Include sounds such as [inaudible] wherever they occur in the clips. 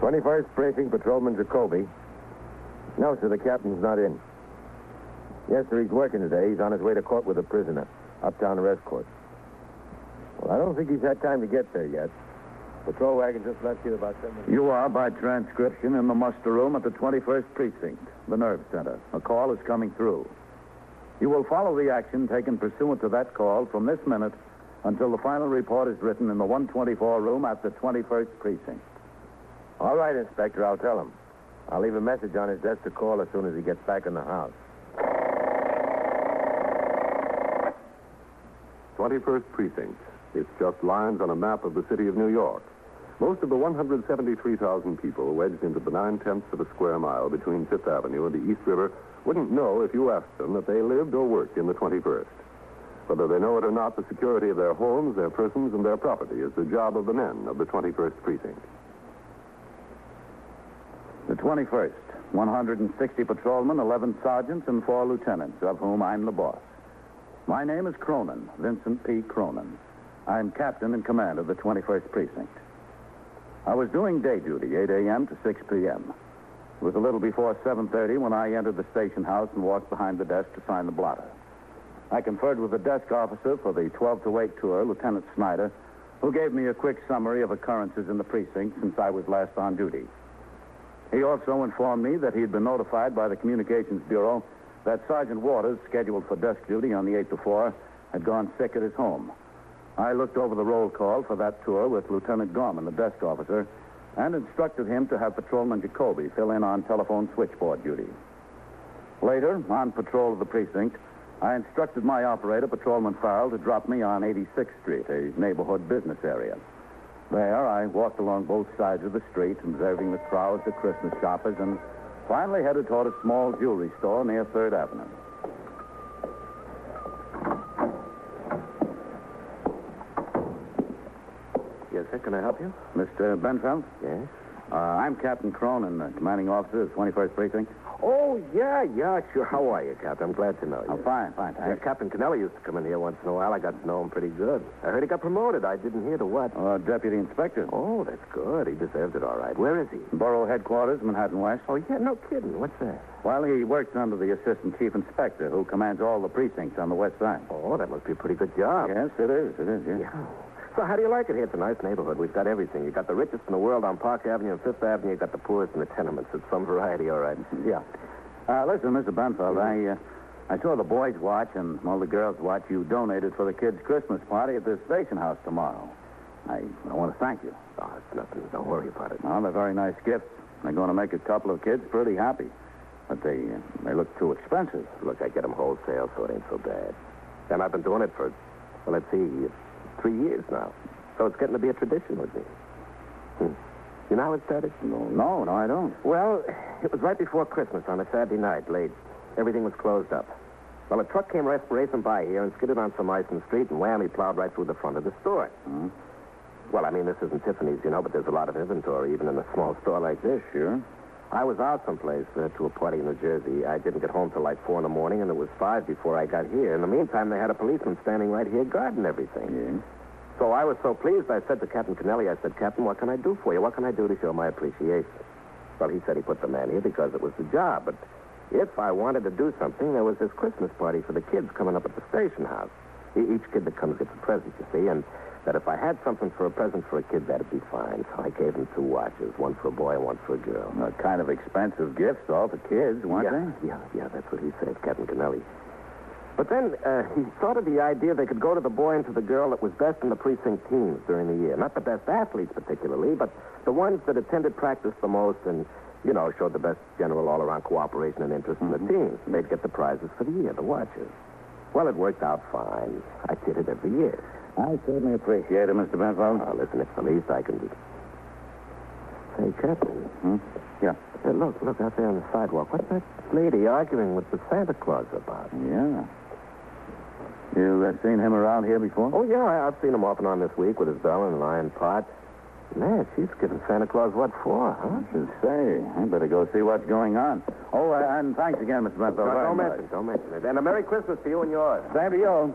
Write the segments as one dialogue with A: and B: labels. A: 21st Precinct Patrolman Jacoby. No, sir, the captain's not in. Yes, sir, he's working today. He's on his way to court with a prisoner, uptown arrest court. Well, I don't think he's had time to get there yet. Patrol wagon just left here about seven minutes.
B: You are, by transcription, in the muster room at the 21st Precinct, the nerve center. A call is coming through. You will follow the action taken pursuant to that call from this minute until the final report is written in the 124 room at the 21st Precinct.
A: All right, Inspector, I'll tell him. I'll leave a message on his desk to call as soon as he gets back in the house.
C: 21st Precinct. It's just lines on a map of the city of New York. Most of the 173,000 people wedged into the nine tenths of a square mile between Fifth Avenue and the East River wouldn't know if you asked them that they lived or worked in the 21st. Whether they know it or not, the security of their homes, their persons, and their property is the job of the men of the 21st Precinct.
B: The 21st, 160 patrolmen, 11 sergeants, and four lieutenants, of whom I'm the boss. My name is Cronin, Vincent P. Cronin. I'm captain in command of the 21st Precinct. I was doing day duty, 8 a.m. to 6 p.m. It was a little before 7.30 when I entered the station house and walked behind the desk to sign the blotter. I conferred with the desk officer for the 12 to 8 tour, Lieutenant Snyder, who gave me a quick summary of occurrences in the precinct since I was last on duty. He also informed me that he had been notified by the Communications Bureau that Sergeant Waters, scheduled for desk duty on the 8 to 4, had gone sick at his home. I looked over the roll call for that tour with Lieutenant Gorman, the desk officer, and instructed him to have Patrolman Jacoby fill in on telephone switchboard duty. Later, on patrol of the precinct, I instructed my operator, Patrolman Farrell, to drop me on 86th Street, a neighborhood business area. There, I walked along both sides of the street, observing the crowds of Christmas shoppers, and finally headed toward a small jewelry store near Third Avenue.
D: Yes, sir. Can I help you?
B: Mr. Benfeld?
D: Yes.
B: Uh, I'm Captain Cronin, the commanding officer of 21st Precinct.
D: Oh, yeah, yeah, sure. How are you, Captain? I'm glad to know you.
B: Oh, fine, fine,
D: Yeah,
B: thanks.
D: Captain Canelli used to come in here once in a while. I got to know him pretty good. I heard he got promoted. I didn't hear to what.
B: Uh, Deputy Inspector.
D: Oh, that's good. He deserves it all right. Where is he?
B: Borough headquarters, Manhattan West.
D: Oh, yeah, no kidding. What's that?
B: Well, he works under the assistant chief inspector, who commands all the precincts on the west side.
D: Oh, that must be a pretty good job.
B: Yes, it is. It is, yes.
D: Yeah. So how do you like it here? It's a nice neighborhood. We've got everything. You got the richest in the world on Park Avenue and Fifth Avenue. You got the poorest in the tenements. It's some variety, all right.
B: Yeah. Uh, listen, Mr. Benfeld, I, uh, I saw the boys' watch and, well, the girls' watch you donated for the kids' Christmas party at the station house tomorrow. I, I want to thank you.
D: Oh, it's nothing. Don't worry about it.
B: Well, they're very nice gifts. They're going to make a couple of kids pretty happy. But they, uh, they look too expensive.
D: Look, I get them wholesale, so it ain't so bad. And I've been doing it for, well, let's see, three years now. So it's getting to be a tradition with me. Hmm. You know how it started?
B: No, no, I don't.
D: Well, it was right before Christmas on a Saturday night, late. Everything was closed up. Well, a truck came ra- racing by here and skidded on some ice in the street, and whammy plowed right through the front of the store.
B: Hmm.
D: Well, I mean, this isn't Tiffany's, you know, but there's a lot of inventory even in a small store like this.
B: Sure.
D: I was out someplace uh, to a party in New Jersey. I didn't get home till like four in the morning, and it was five before I got here. In the meantime, they had a policeman standing right here guarding everything.
B: Yeah.
D: So I was so pleased, I said to Captain Kennelly, I said, Captain, what can I do for you? What can I do to show my appreciation? Well, he said he put the man here because it was the job, but if I wanted to do something, there was this Christmas party for the kids coming up at the station house. E- Each kid that comes gets a present, you see, and that if I had something for a present for a kid, that'd be fine. So I gave him two watches, one for a boy and one for a girl.
B: Uh, kind of expensive gifts, all for kids, weren't
D: yeah, Yeah, yeah, that's what he said, Captain Canelli. But then uh, he thought of the idea they could go to the boy and to the girl that was best in the precinct teams during the year. Not the best athletes particularly, but the ones that attended practice the most and, you know, showed the best general all-around cooperation and interest
E: Mm-hmm.
D: in the teams. They'd get the prizes for the year, the watches. Well, it worked out fine. I did it every year.
B: they? I certainly appreciate it, Mr. Benfeld.
D: Oh, listen, it's the least I can do. Say, Captain.
B: Hmm? Yeah.
D: Hey, look, look out there on the sidewalk. What's that lady arguing with the Santa Claus about?
B: Yeah. You uh, seen him around here before?
D: Oh, yeah, I, I've seen him off and on this week with his bell and lion pot. Man, she's giving Santa Claus what for, huh?
B: I should say. I better go see what's going on. Oh, uh, and thanks again, Mr. Benfeld.
D: No,
B: very
D: don't
B: much.
D: mention it, don't mention it. And a Merry Christmas to you and yours.
B: Same to you.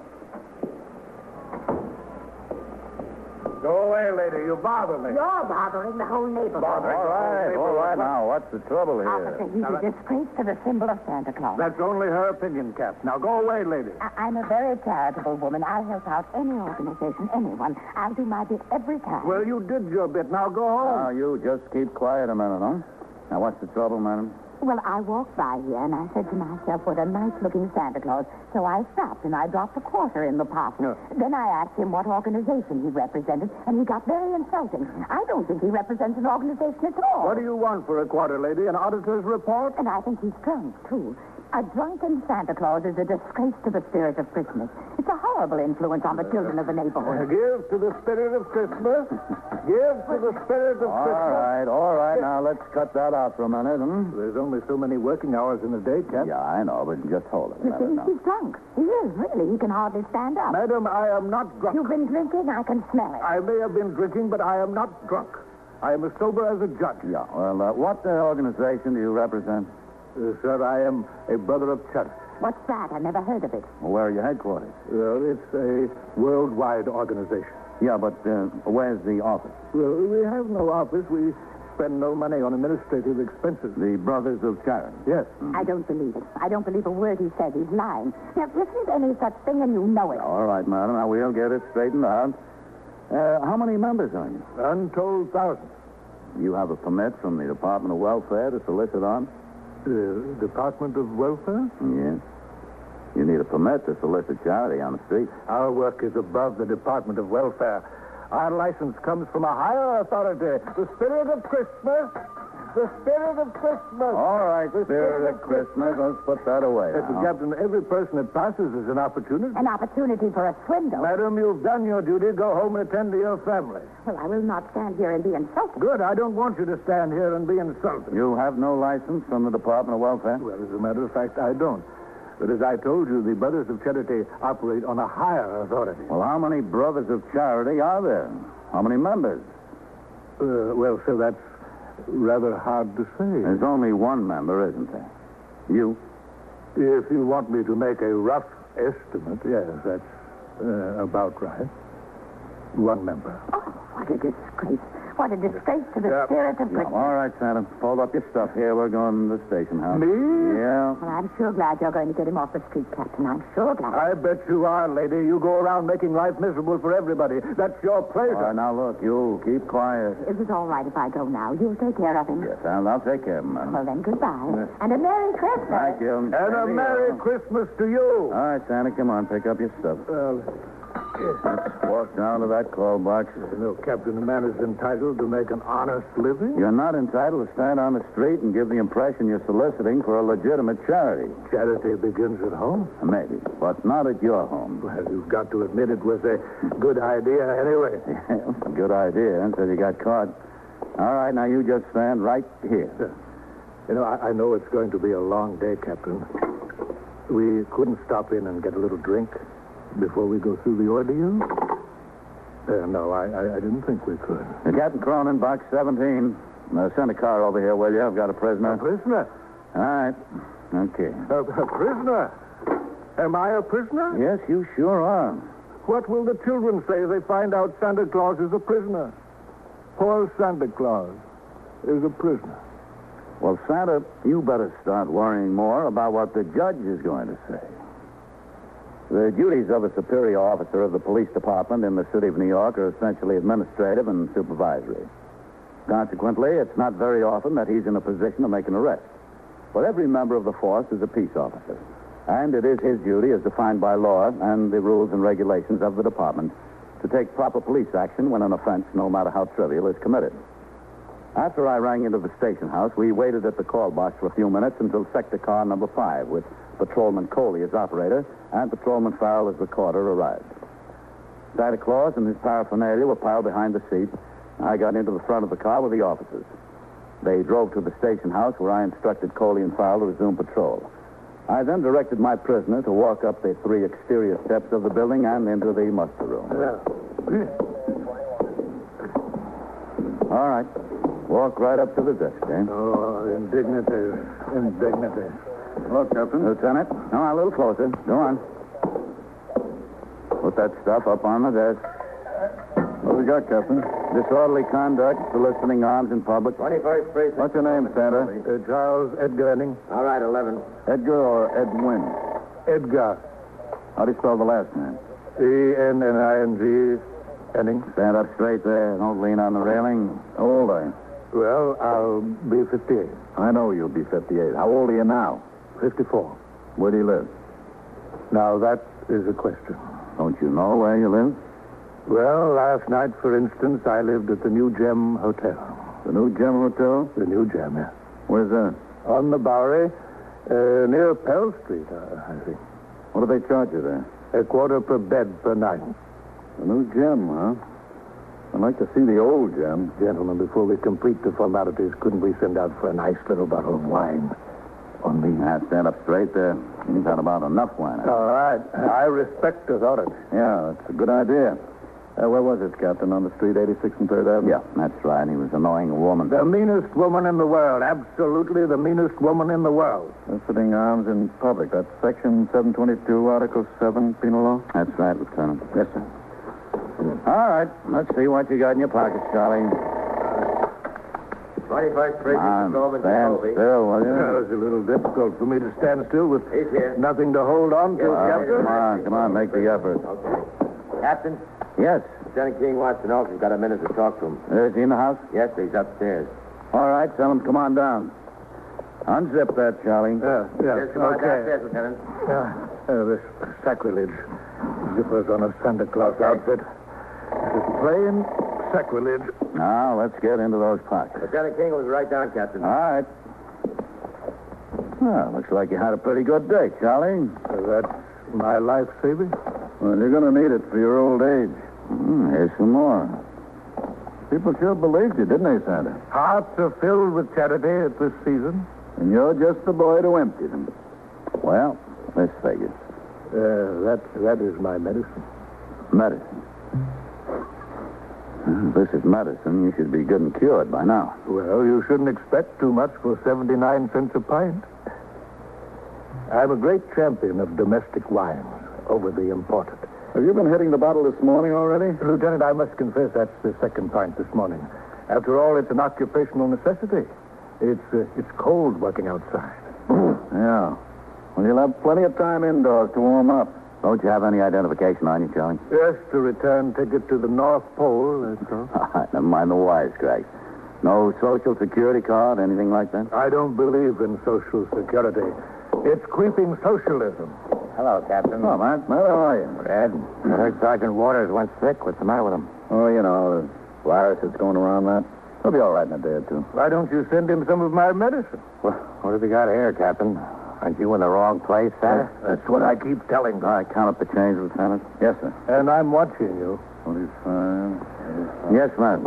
E: Go away, lady. You bother me.
F: You're bothering the whole neighborhood.
B: All right, all right. Now, what's the trouble
F: Officer,
B: here?
F: he's a disgrace to the symbol of Santa Claus.
E: That's only her opinion, Cap. Now go away, lady.
F: I- I'm a very charitable woman. I'll help out any organization, anyone. I'll do my bit every time.
E: Well, you did your bit. Now go home.
B: Now, you just keep quiet a minute, huh? Now, what's the trouble, madam?
F: Well, I walked by here and I said to myself, what a nice looking Santa Claus. So I stopped and I dropped a quarter in the pot. Then I asked him what organization he represented, and he got very insulting. I don't think he represents an organization at all.
E: What do you want for a quarter, lady? An auditor's report?
F: And I think he's drunk, too. A drunken Santa Claus is a disgrace to the spirit of Christmas. It's a horrible influence on the children of the neighborhood.
E: Oh, Give to the spirit of Christmas. Give to the spirit of
B: All
E: Christmas.
B: right, all right. Now, let's cut that out for a minute, hmm?
E: There's only so many working hours in a day, Cap.
B: Yeah, I know, but just hold it a
F: You
B: minute
F: see,
E: [laughs]
B: now.
F: he's drunk. He is, really. He can hardly stand up.
E: Madam, I am not drunk.
F: You've been drinking. I can smell it.
E: I may have been drinking, but I am not drunk. I am as sober as a judge.
B: Yeah, well, uh, what uh, organization do you represent?
E: Uh, sir, I am a brother of church.
F: What's that? I never heard of it.
B: Where are your headquarters?
E: Well, it's a worldwide organization.
B: Yeah, but uh, where's the office?
E: Well, we have no office. We uh, spend no money on administrative expenses.
B: The Brothers of Charity.
E: Yes.
F: I don't believe it. I don't believe a word he says. He's lying. There isn't any such thing, and you know it.
B: All right, madam. Now, we'll get it straightened out. Uh, how many members are you?
E: Untold thousands.
B: You have a permit from the Department of Welfare to solicit on?
E: The Department of Welfare?
B: Yes. You need a permit to solicit charity on the street.
E: Our work is above the Department of Welfare. Our license comes from a higher authority. The spirit of Christmas. The spirit of Christmas.
B: All right, Spirit of Christmas. Let's put that away.
E: Mr.
B: now.
E: Captain, every person that passes is an opportunity.
F: An opportunity for a swindle.
E: Madam, you've done your duty. Go home and attend to your family.
F: Well, I will not stand here and be insulted.
E: Good. I don't want you to stand here and be insulted.
B: You have no license from the Department of Welfare?
E: Well, as a matter of fact, I don't. But as I told you, the Brothers of Charity operate on a higher authority.
B: Well, how many Brothers of Charity are there? How many members?
E: Uh, well, sir, that's rather hard to say.
B: There's only one member, isn't there? You.
E: If you want me to make a rough estimate, yes, that's uh, about right. One member.
F: Oh, what a disgrace. What a disgrace to the
E: Yeah.
F: spirit of Christmas.
B: All right, Santa. Fold up your stuff here. We're going to the station house.
E: Me?
B: Yeah.
F: Well, I'm sure glad you're going to get him off the street, Captain. I'm sure glad.
E: Uh,
A: Uh,
E: I bet you are, lady. You go around making life miserable for everybody. That's your
B: All right,
E: pleasure.
B: now look, you keep quiet.
F: Is it all right if I go now? You'll take care of him.
B: Yes, I'll, I'll take care of him.
F: Well, then, goodbye. And a Merry Christmas.
B: Thank you.
E: and a Merry Christmas to you.
B: All right, Santa, come on, pick up your stuff.
E: Uh, Well,
B: Let's walk down to that call box.
E: You know, Captain, a man is entitled to make an honest living.
B: You're not entitled to stand on the street and give the impression you're soliciting for a legitimate charity.
E: Charity begins at home.
B: Maybe, but not at your home. [laughs]
E: Well, you've got to admit it was a good idea anyway.
B: Good idea until you got caught. All right, now you just stand right here.
E: You know, I, I know it's going to be a long day, Captain. We couldn't stop in and get a little drink before we go through the ordeal. Uh, no, I, I, I didn't think we could.
B: Uh, Captain Cronin, box 17. Now send a car over here, will you? I've got a prisoner.
E: A prisoner?
B: All right. Okay.
E: A, a prisoner? Am I a prisoner?
B: Yes, you sure are.
E: What will the children say if they find out Santa Claus is a prisoner? Poor Santa Claus is a prisoner.
B: Well, Santa, you better start worrying more about what the judge is going to say. The duties of a superior officer of the police department in the city of New York are essentially administrative and supervisory. Consequently, it's not very often that he's in a position to make an arrest. But every member of the force is a peace officer, and it is his duty, as defined by law and the rules and regulations of the department, to take proper police action when an offense, no matter how trivial, is committed. After I rang into the station house, we waited at the call box for a few minutes until sector car number five, with Patrolman Coley as operator and Patrolman Farrell as recorder, arrived. Santa Claus and his paraphernalia were piled behind the seat. I got into the front of the car with the officers. They drove to the station house where I instructed Coley and Farrell to resume patrol. I then directed my prisoner to walk up the three exterior steps of the building and into the muster room. All right. Walk right up to the desk, eh?
E: Oh, indignity, indignity.
B: Hello, Captain. Lieutenant. No, a little closer. Go on. Put that stuff up on the desk. Over we got, Captain? Disorderly conduct, soliciting arms in public.
G: 21st precinct.
B: What's your name, Santa?
E: Uh, Charles Edgar Enning.
G: All right, 11.
B: Edgar or Edwin?
E: Edgar.
B: How do you spell the last name?
E: E E-N-N-I-N-G. Enning.
B: Stand up straight there. Don't lean on the railing. How old are you?
E: Well, I'll be 58.
B: I know you'll be 58. How old are you now?
E: 54.
B: Where do you live?
E: Now, that is a question.
B: Don't you know where you live?
E: Well, last night, for instance, I lived at the New Gem Hotel.
B: The New Gem Hotel?
E: The New Gem, yeah.
B: Where's that?
E: On the Bowery, uh, near Pell Street, uh, I think.
B: What do they charge you there?
E: A quarter per bed per night.
B: The New Gem, huh? I'd like to see the old gem.
E: Gentlemen, before we complete the formalities, couldn't we send out for a nice little bottle of wine? On me.
B: Now, stand up straight there. You've had about enough wine.
E: All right. I respect authority.
B: Yeah, that's a good idea. Uh, where was it, Captain? On the street, 86th and 3rd Avenue? Yeah, that's right. He was annoying a woman.
E: The meanest woman in the world. Absolutely the meanest woman in the world.
B: Soliciting arms uh, in public. That's Section 722, Article 7, Penal Law? That's right, Lieutenant. Yes, sir. All right, let's see what you got in your pockets, Charlie.
G: 21st precinct.
B: Um,
G: Norman
B: stand
G: Jacoby.
B: still, will you?
E: Well, it's a little difficult for me to stand still with
G: He's here.
E: nothing to hold on to,
B: Uh,
E: Captain.
B: come on, come on, make the effort.
G: Okay. Captain,
B: Yes,
G: Lieutenant King wants to know if you've got a minute to talk to him.
B: uh, is he in the house?
G: Yes, sir, he's upstairs.
B: All right, tell him to come on down. Unzip that, Charlie.
E: Yeah, yeah.
G: Yes, come on
E: Okay.
G: downstairs, Lieutenant.
E: Yeah. Uh, this sacrilege. Zippers on a Santa Claus
G: Okay.
E: outfit. This is plain sacrilege.
B: Now, let's get into those pockets.
G: Lieutenant King was right down, Captain.
B: All right. Well, looks like you had a pretty good day, Charlie.
E: Uh, That's my life saving.
B: Well, you're going to need it for your old age. Mm, here's some more. People sure believed you, didn't they, Santa?
E: Hearts are filled with charity at this season.
B: And you're just the boy to empty them. Well, let's figure.
E: Uh, that, that is my medicine.
B: Medicine. Well, This is medicine. You should be good and cured by now.
E: Well, you shouldn't expect too much for 79 cents a pint. I'm a great champion of domestic wines over the imported.
B: Have you been hitting the bottle this morning already?
E: Lieutenant, I must confess that's the second pint this morning. After all, it's an occupational necessity. It's, uh, it's cold working outside.
B: Yeah. Well, you'll have plenty of time indoors to warm up. Don't you have any identification on you, Charlie?
E: Yes, to return ticket to the North Pole, that's all.
B: [laughs] Never mind the wisecracks. No social security card, anything like that?
E: I don't believe in Social Security. It's creeping socialism.
G: Hello, Captain.
B: Oh, man. Well, how are you?
G: Ed, I heard Sergeant Waters went sick. What's the matter with him?
B: Oh, you know, the virus that's going around that. He'll be all right in a day or two.
E: Why don't you send him some of my medicine?
G: Well, what have you got here, Captain? Aren't you in the wrong place, sir?
E: That's what I keep telling
B: All right, count up the change, Lieutenant. Yes, sir.
E: And I'm watching you.
B: 25. Yes, ma'am.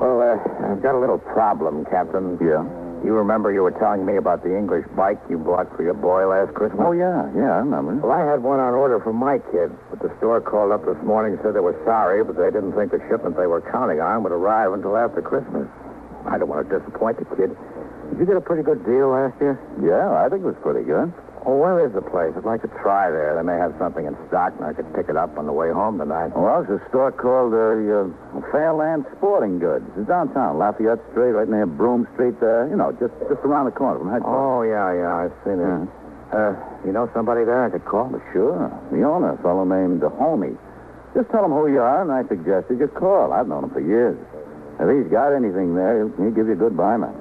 G: Well, uh, I've got a little problem, Captain.
B: Yeah.
G: You remember you were telling me about the English bike you bought for your boy last Christmas?
B: Oh, yeah, yeah, I remember.
G: Well, I had one on order for my kid, but the store called up this morning and said they were sorry, but they didn't think the shipment they were counting on would arrive until after Christmas. I don't want to disappoint the kid. Did you get a pretty good deal last year?
B: Yeah, I think it was pretty good.
G: Oh, where is the place? I'd like to try there. They may have something in stock, and I could pick it up on the way home tonight.
B: Well, it's a store called uh, uh, Fairland Sporting Goods. It's downtown, Lafayette Street, right near Broom Street. Uh, you know, just just around the corner from
G: Oh,
B: headquarters.
G: yeah, yeah, I've seen it. Uh, you know somebody there I could call?
B: Sure. The owner, a fellow named Homie. Just tell him who you are, and I suggest you just call. I've known him for years. If he's got anything there, he'll, he'll give you a good
G: [laughs]
B: buy, man.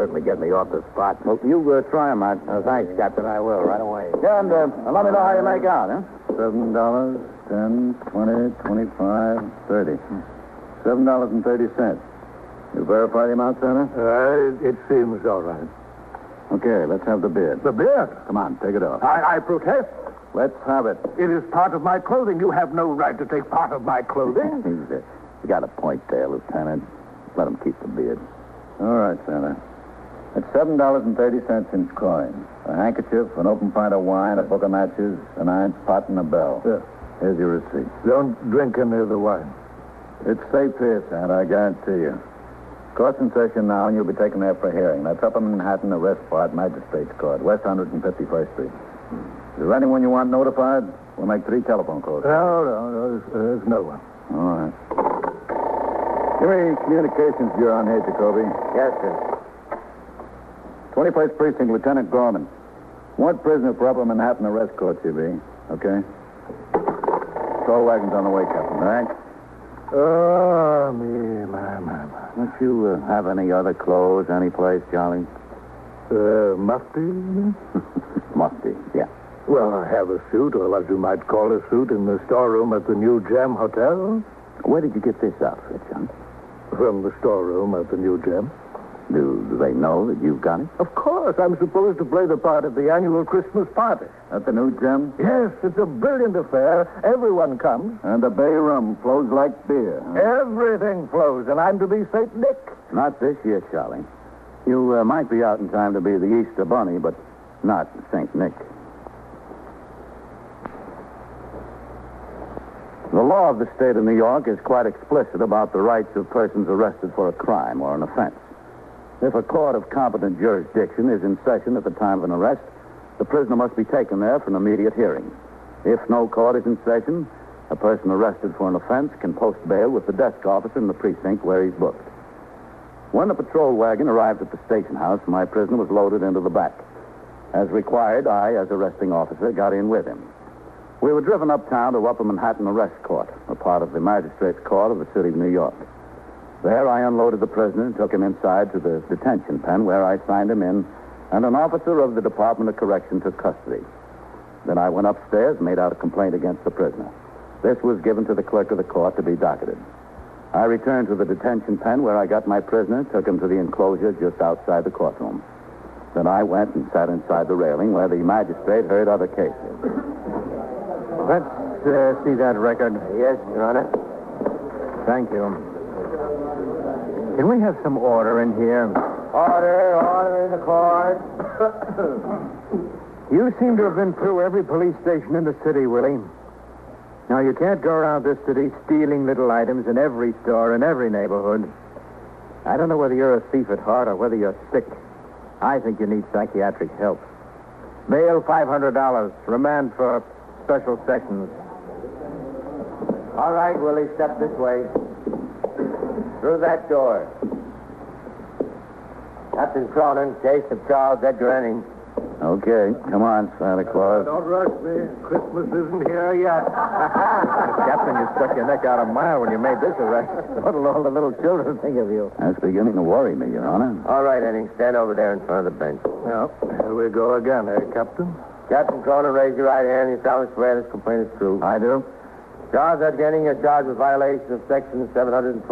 G: Certainly get me off the spot.
B: Well, you uh, try him, Matt.
G: thanks, Captain. I will right away.
B: Yeah, and uh, let me know how you make out, huh? Seven dollars, ten, twenty, twenty-five, thirty. Seven dollars and thirty cents. You verify the amount, Santa?
E: Uh, it, it seems all right.
B: Okay, let's have the bid.
E: The beard.
B: Come on, take it off.
E: I, I protest.
B: Let's have it.
E: It is part of my clothing. You have no right to take part of my clothing.
B: you got a point there, Lieutenant. Let him keep the beard. All right, Santa. That's seven dollars and thirty cents in coin. A handkerchief, an open pint of wine, a book of matches, an iron pot, and a bell.
E: Yeah.
B: Here's your receipt.
E: Don't drink any of the wine.
B: It's safe here, Santa, I guarantee you. Court's in session now, and you'll be taken there for a hearing. That's up in Manhattan, arrest spot, Magistrates Court, West 151st Street. Is there anyone you want notified? We'll make three telephone calls.
E: No, no, no. There's, there's no one.
B: All right. Army Communications Bureau on here, Jacoby.
A: Yes, sir.
B: 21st Precinct, Lieutenant Gorman. One prisoner for Upper Manhattan arrest court, CB. Okay? Patrol wagon's on the way, Captain, all right?
E: Oh, me, my, my, my.
B: Don't you uh, have any other clothes, any place, Charlie?
E: Uh, mufti?
B: [laughs] Must be, yeah.
E: Well, I have a suit, or as you might call a suit, in the storeroom at the New Gem Hotel.
B: Where did you get this outfit, John?
E: From the storeroom at the New Gem.
B: Do, do they know that you've got it?
E: Of course, I'm supposed to play the part at the annual Christmas party.
B: At the new gym?
E: Yes, it's a brilliant affair. Everyone comes.
B: And the bay rum flows like beer. huh?
E: Everything flows, and I'm to be Saint Nick.
B: Not this year, Charlie. You uh, might be out in time to be the Easter Bunny, but not St. Nick. The law of the state of New York is quite explicit about the rights of persons arrested for a crime or an offense. If a court of competent jurisdiction is in session at the time of an arrest, the prisoner must be taken there for an immediate hearing. If no court is in session, a person arrested for an offense can post bail with the desk officer in the precinct where he's booked. When the patrol wagon arrived at the station house, my prisoner was loaded into the back. As required, I, as arresting officer, got in with him. We were driven uptown to Upper Manhattan Arrest Court, a part of the Magistrates Court of the City of New York. There, I unloaded the prisoner and took him inside to the detention pen where I signed him in, and an officer of the Department of Correction took custody. Then I went upstairs, made out a complaint against the prisoner. This was given to the clerk of the court to be docketed. I returned to the detention pen where I got my prisoner, took him to the enclosure just outside the courtroom. Then I went and sat inside the railing where the magistrate heard other cases.
A: Let's uh, see that record. Yes, Your Honor. Thank you. Can we have some order in here? Order, order in the court. you seem to have been through every police station in the city, Willie. Now, you can't go around this city stealing little items in every store, in every neighborhood. I don't know whether you're a thief at heart or whether you're sick. I think you need psychiatric help. Bail $500. Remand for special sessions. All right, Willie, step this way. Through that door. Captain Cronin, case of Charles Edgar Enning.
B: Okay, come on, Santa Claus.
E: Don't rush me. Christmas isn't here yet.
A: Captain, you stuck your neck out a mile when you made this arrest. What'll all the little children think of you?
B: That's beginning to worry me, Your Honor.
A: All right, Enning, stand over there in front of the bench.
E: Well, here we go again, eh, Captain?
A: Captain Cronin, raise your right hand. You solemnly swear this complaint is true.
B: I do.
A: Charles Edgar Enning, you're charged with violation of Section 722,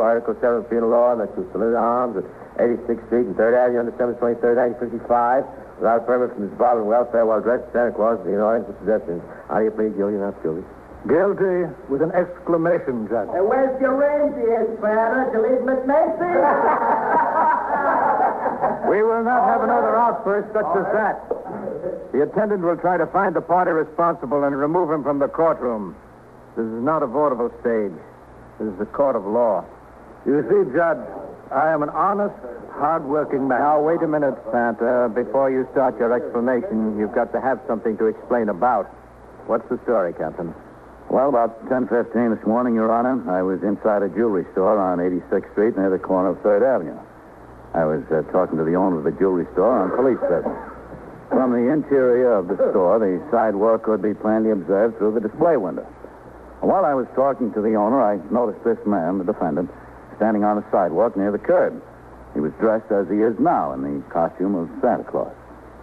A: Article 7 Penal Law, and that you salute arms at 86th Street and 3rd Avenue on December 23rd, 1955, without permit from the Department of Welfare while dressed as Santa Claus to the annoyance of pedestrians. How do you plead guilty or not guilty?
E: Guilty with an exclamation, Judge.
H: Where's your reindeer, Santa? Did you leave them at Macy's?
A: We will not have another outburst such as that. The attendant will try to find the party responsible and remove him from the courtroom. This is not a vaudeville stage. This is the court of law.
E: You see, Judge, I am an honest, hard-working man.
A: Now, wait a minute, Santa. Before you start your explanation, you've got to have something to explain about. What's the story, Captain?
B: Well, about 10.15 this morning, Your Honor, I was inside a jewelry store on 86th Street near the corner of 3rd Avenue. I was uh, talking to the owner of the jewelry store on police business. From the interior of the store, the sidewalk could be plainly observed through the display window. While I was talking to the owner, I noticed this man, the defendant, standing on the sidewalk near the curb. He was dressed as he is now in the costume of Santa Claus.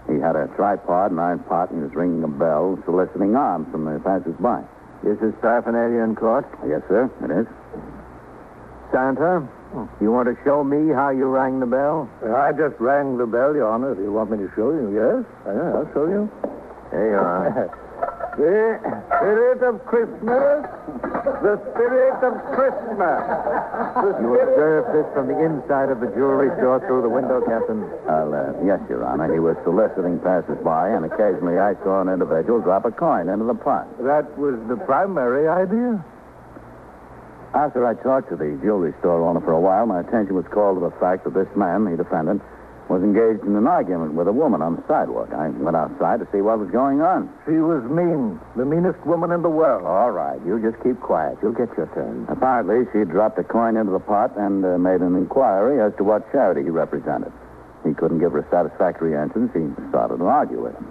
B: He had a tripod and iron pot and he was ringing a bell, soliciting alms from the passersby.
A: This is paraphernalia in court.
B: Yes, sir, it is.
A: Santa, you want to show me how you rang the bell?
E: I just rang the bell, Your Honor, if you want me to show you. Yes? Yeah, I'll show you.
A: Here you are. [laughs]
E: The spirit of Christmas. The spirit of Christmas. The
A: You observed this from the inside of the jewelry store through the window, Captain.
B: Well, uh, yes, Your Honor. He was soliciting passersby, and occasionally I saw an individual drop a coin into the pot.
E: That was the primary idea.
B: After I talked to the jewelry store owner for a while, my attention was called to the fact that this man, the defendant, was engaged in an argument with a woman on the sidewalk. I went outside to see what was going on.
E: She was mean, the meanest woman in the world.
B: All right, you just keep quiet.
A: You'll get your turn.
B: Um, Apparently, she dropped a coin into the pot and uh, made an inquiry as to what charity he represented. He couldn't give her a satisfactory answer, and she started to argue with him.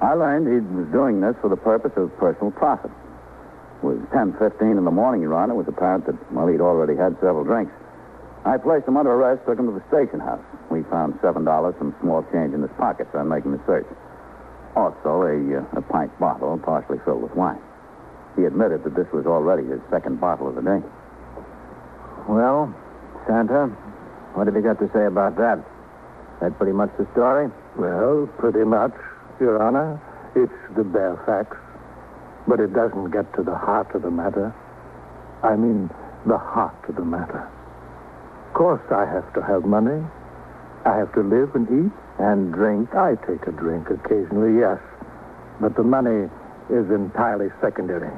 B: I learned he was doing this for the purpose of personal profit. It was 10.15 in the morning, Your Honor. It was apparent that, well, he'd already had several drinks. I placed him under arrest, took him to the station house. We found $7 and small change in his pockets on making the search. Also, a, uh, a pint bottle partially filled with wine. He admitted that this was already his second bottle of the day.
A: Well, Santa, what have you got to say about that? That pretty much the story?
E: Well, pretty much, Your Honor. It's the bare facts. But it doesn't get to the heart of the matter. I mean, the heart of the matter. Of course, I have to have money. I have to live and eat and drink. I take a drink occasionally, yes. But the money is entirely secondary.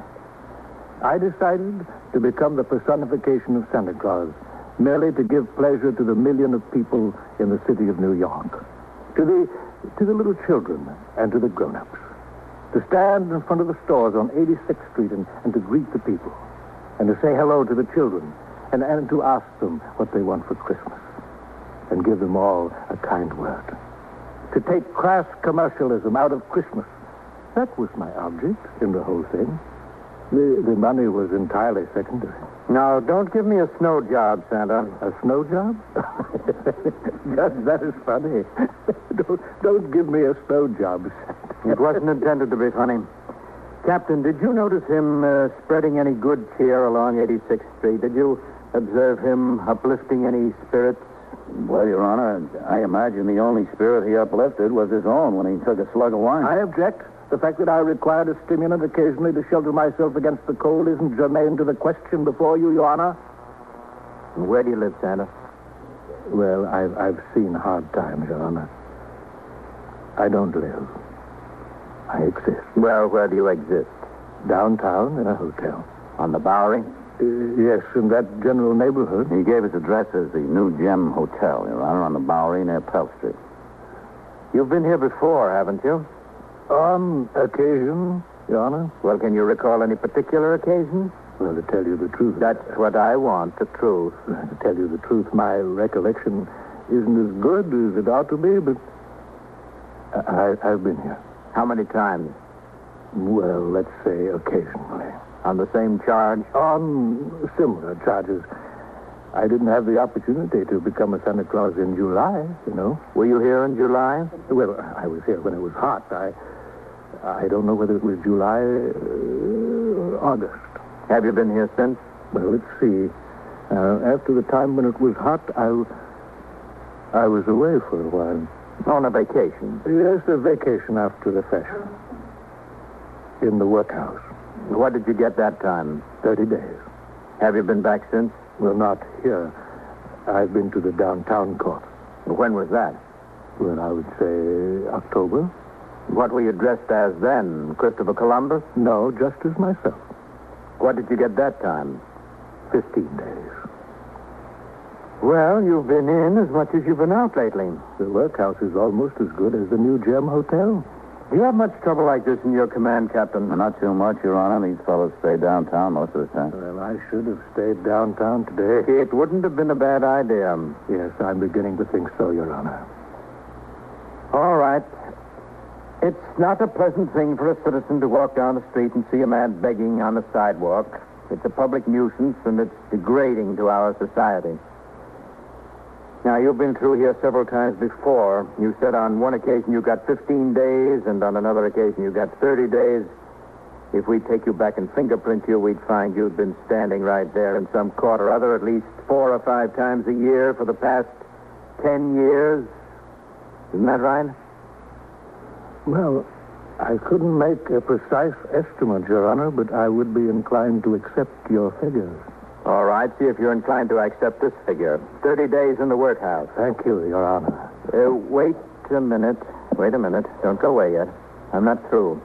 E: I decided to become the personification of Santa Claus, merely to give pleasure to the million of people in the city of New York, to the, to the little children and to the grown-ups, to stand in front of the stores on 86th Street and, and to greet the people, and to say hello to the children, and, and to ask them what they want for Christmas, and give them all a kind word. To take crass commercialism out of Christmas. That was my object in the whole thing. The, the money was entirely secondary.
A: No, don't give me a snow job, Santa.
E: Um, A snow job? [laughs] Judge, that is funny. [laughs] don't, don't give me a snow job.
A: It wasn't intended to be funny. Captain, did you notice him uh, spreading any good cheer along 86th Street? Did you observe him uplifting any spirits?
B: Well, Your Honor, I imagine the only spirit he uplifted was his own when he took a slug of wine.
E: I object. The fact that I required a stimulant occasionally to shelter myself against the cold isn't germane to the question before you, Your Honor.
A: And where do you live, Santa?
E: Well, I've, I've seen hard times, Your Honor. I don't live. I exist.
A: Well, where do you exist?
E: Downtown in a hotel.
A: On the Bowery?
E: Uh, yes, in that general neighborhood.
B: He gave his address as the New Gem Hotel, Your Honor, on the Bowery near Pell Street.
A: You've been here before, haven't you?
E: On occasion, Your Honor.
A: Well, can you recall any particular occasion?
E: Well, to tell you the truth.
A: That's what I want, the truth.
E: To tell you the truth, my recollection isn't as good as it ought to be, but I, I- I've been here.
A: How many times?
E: Well, let's say occasionally.
A: On the same charge?
E: On similar charges. I didn't have the opportunity to become a Santa Claus in July, you know.
A: Were you here in July?
E: Well, I was here when it was hot. I, I don't know whether it was July uh, August.
A: Have you been here since?
E: Well, let's see. Uh, after the time when it was hot, I, w- I was away for a while.
A: On a vacation.
E: Yes, a vacation after the fashion. In the workhouse.
A: What did you get that time?
E: Thirty days.
A: Have you been back since?
E: Well, not here. I've been to the downtown court.
A: When was that?
E: Well, I would say October.
A: What were you dressed as then? Christopher Columbus?
E: No, just as myself.
A: What did you get that time?
E: Fifteen days.
A: Well, you've been in as much as you've been out lately.
E: The workhouse is almost as good as the new Gem Hotel.
A: Do you have much trouble like this in your command, Captain?
B: Not too much, Your Honor. These fellows stay downtown most of the time.
E: Well, I should have stayed downtown today. [laughs]
A: It wouldn't have been a bad idea.
E: Yes, I'm beginning to think so, Your Honor.
A: All right. It's not a pleasant thing for a citizen to walk down the street and see a man begging on the sidewalk. It's a public nuisance, and it's degrading to our society. Now, you've been through here several times before. You said on one occasion you got 15 days, and on another occasion you got 30 days. If we take you back and fingerprint you, we'd find you'd been standing right there in some court or other at least four or five times a year for the past 10 years. Isn't that right?
E: Well, I couldn't make a precise estimate, Your Honor, but I would be inclined to accept your figures.
A: All right, see if you're inclined to accept this figure. 30 days in the workhouse.
E: Thank you, Your Honor.
A: Uh, wait a minute. Wait a minute. Don't go away yet. I'm not through.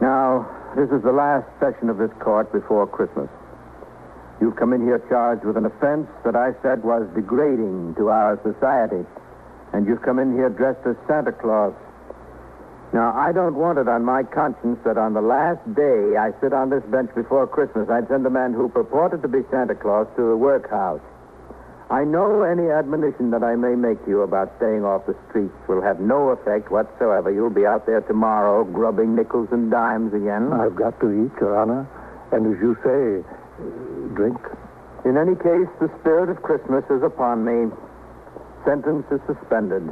A: Now, this is the last session of this court before Christmas.
B: You've come in here charged with an offense that I said was degrading to our society. And you've come in here dressed as Santa Claus. Now, I don't want it on my conscience that on the last day I sit on this bench before Christmas, I'd send a man who purported to be Santa Claus to the workhouse. I know any admonition that I may make to you about staying off the streets will have no effect whatsoever. You'll be out there tomorrow grubbing nickels and dimes again.
E: I've got to eat, Your Honor. And as you say, uh, drink.
B: In any case, the spirit of Christmas is upon me. Sentence is suspended.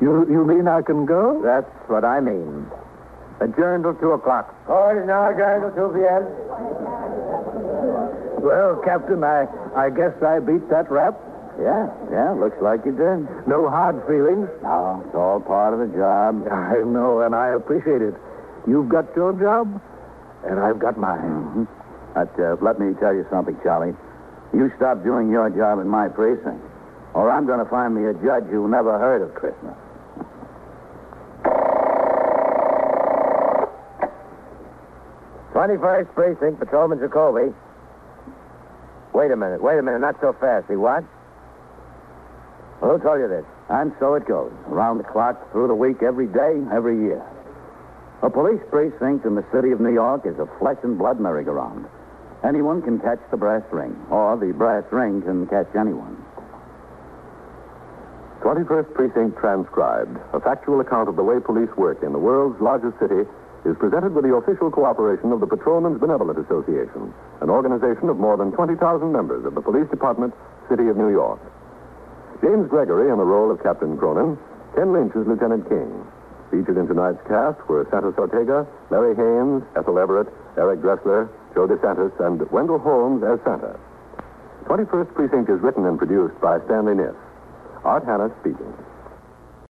E: You, you mean I can go?
B: That's what I mean. Adjourn till 2 o'clock.
G: Court is Oh, now adjourned until 2 p.m.
E: Well, Captain, I, I guess I beat that rap.
B: Yeah, yeah, looks like you did.
E: No hard feelings.
B: No, it's all part of the job.
E: I know, and I appreciate it. You've got your job, and I've got mine.
B: But uh, let me tell you something, Charlie. You stop doing your job in my precinct, or I'm going to find me a judge who never heard of Christmas.
G: Twenty-first precinct, Patrolman Jacoby. Wait a minute, wait a minute, not so fast. He what? Well, who told you this?
B: And so it goes, around the clock, through the week, every day, every year. A police precinct in the city of New York is a flesh and blood merry-go-round. Anyone can catch the brass ring, or the brass ring can catch anyone.
D: 21st Precinct Transcribed, a factual account of the way police work in the world's largest city, is presented with the official cooperation of the Patrolmen's Benevolent Association, an organization of more than 20,000 members of the Police Department, City of New York. James Gregory in the role of Captain Cronin, Ken Lynch as Lieutenant King. Featured in tonight's cast were Santos Ortega, Larry Haynes, Ethel Everett, Eric Dressler, Joe DeSantis, and Wendell Holmes as Santa. 21st Precinct is written and produced by Stanley Niss. Art Hannah speaking.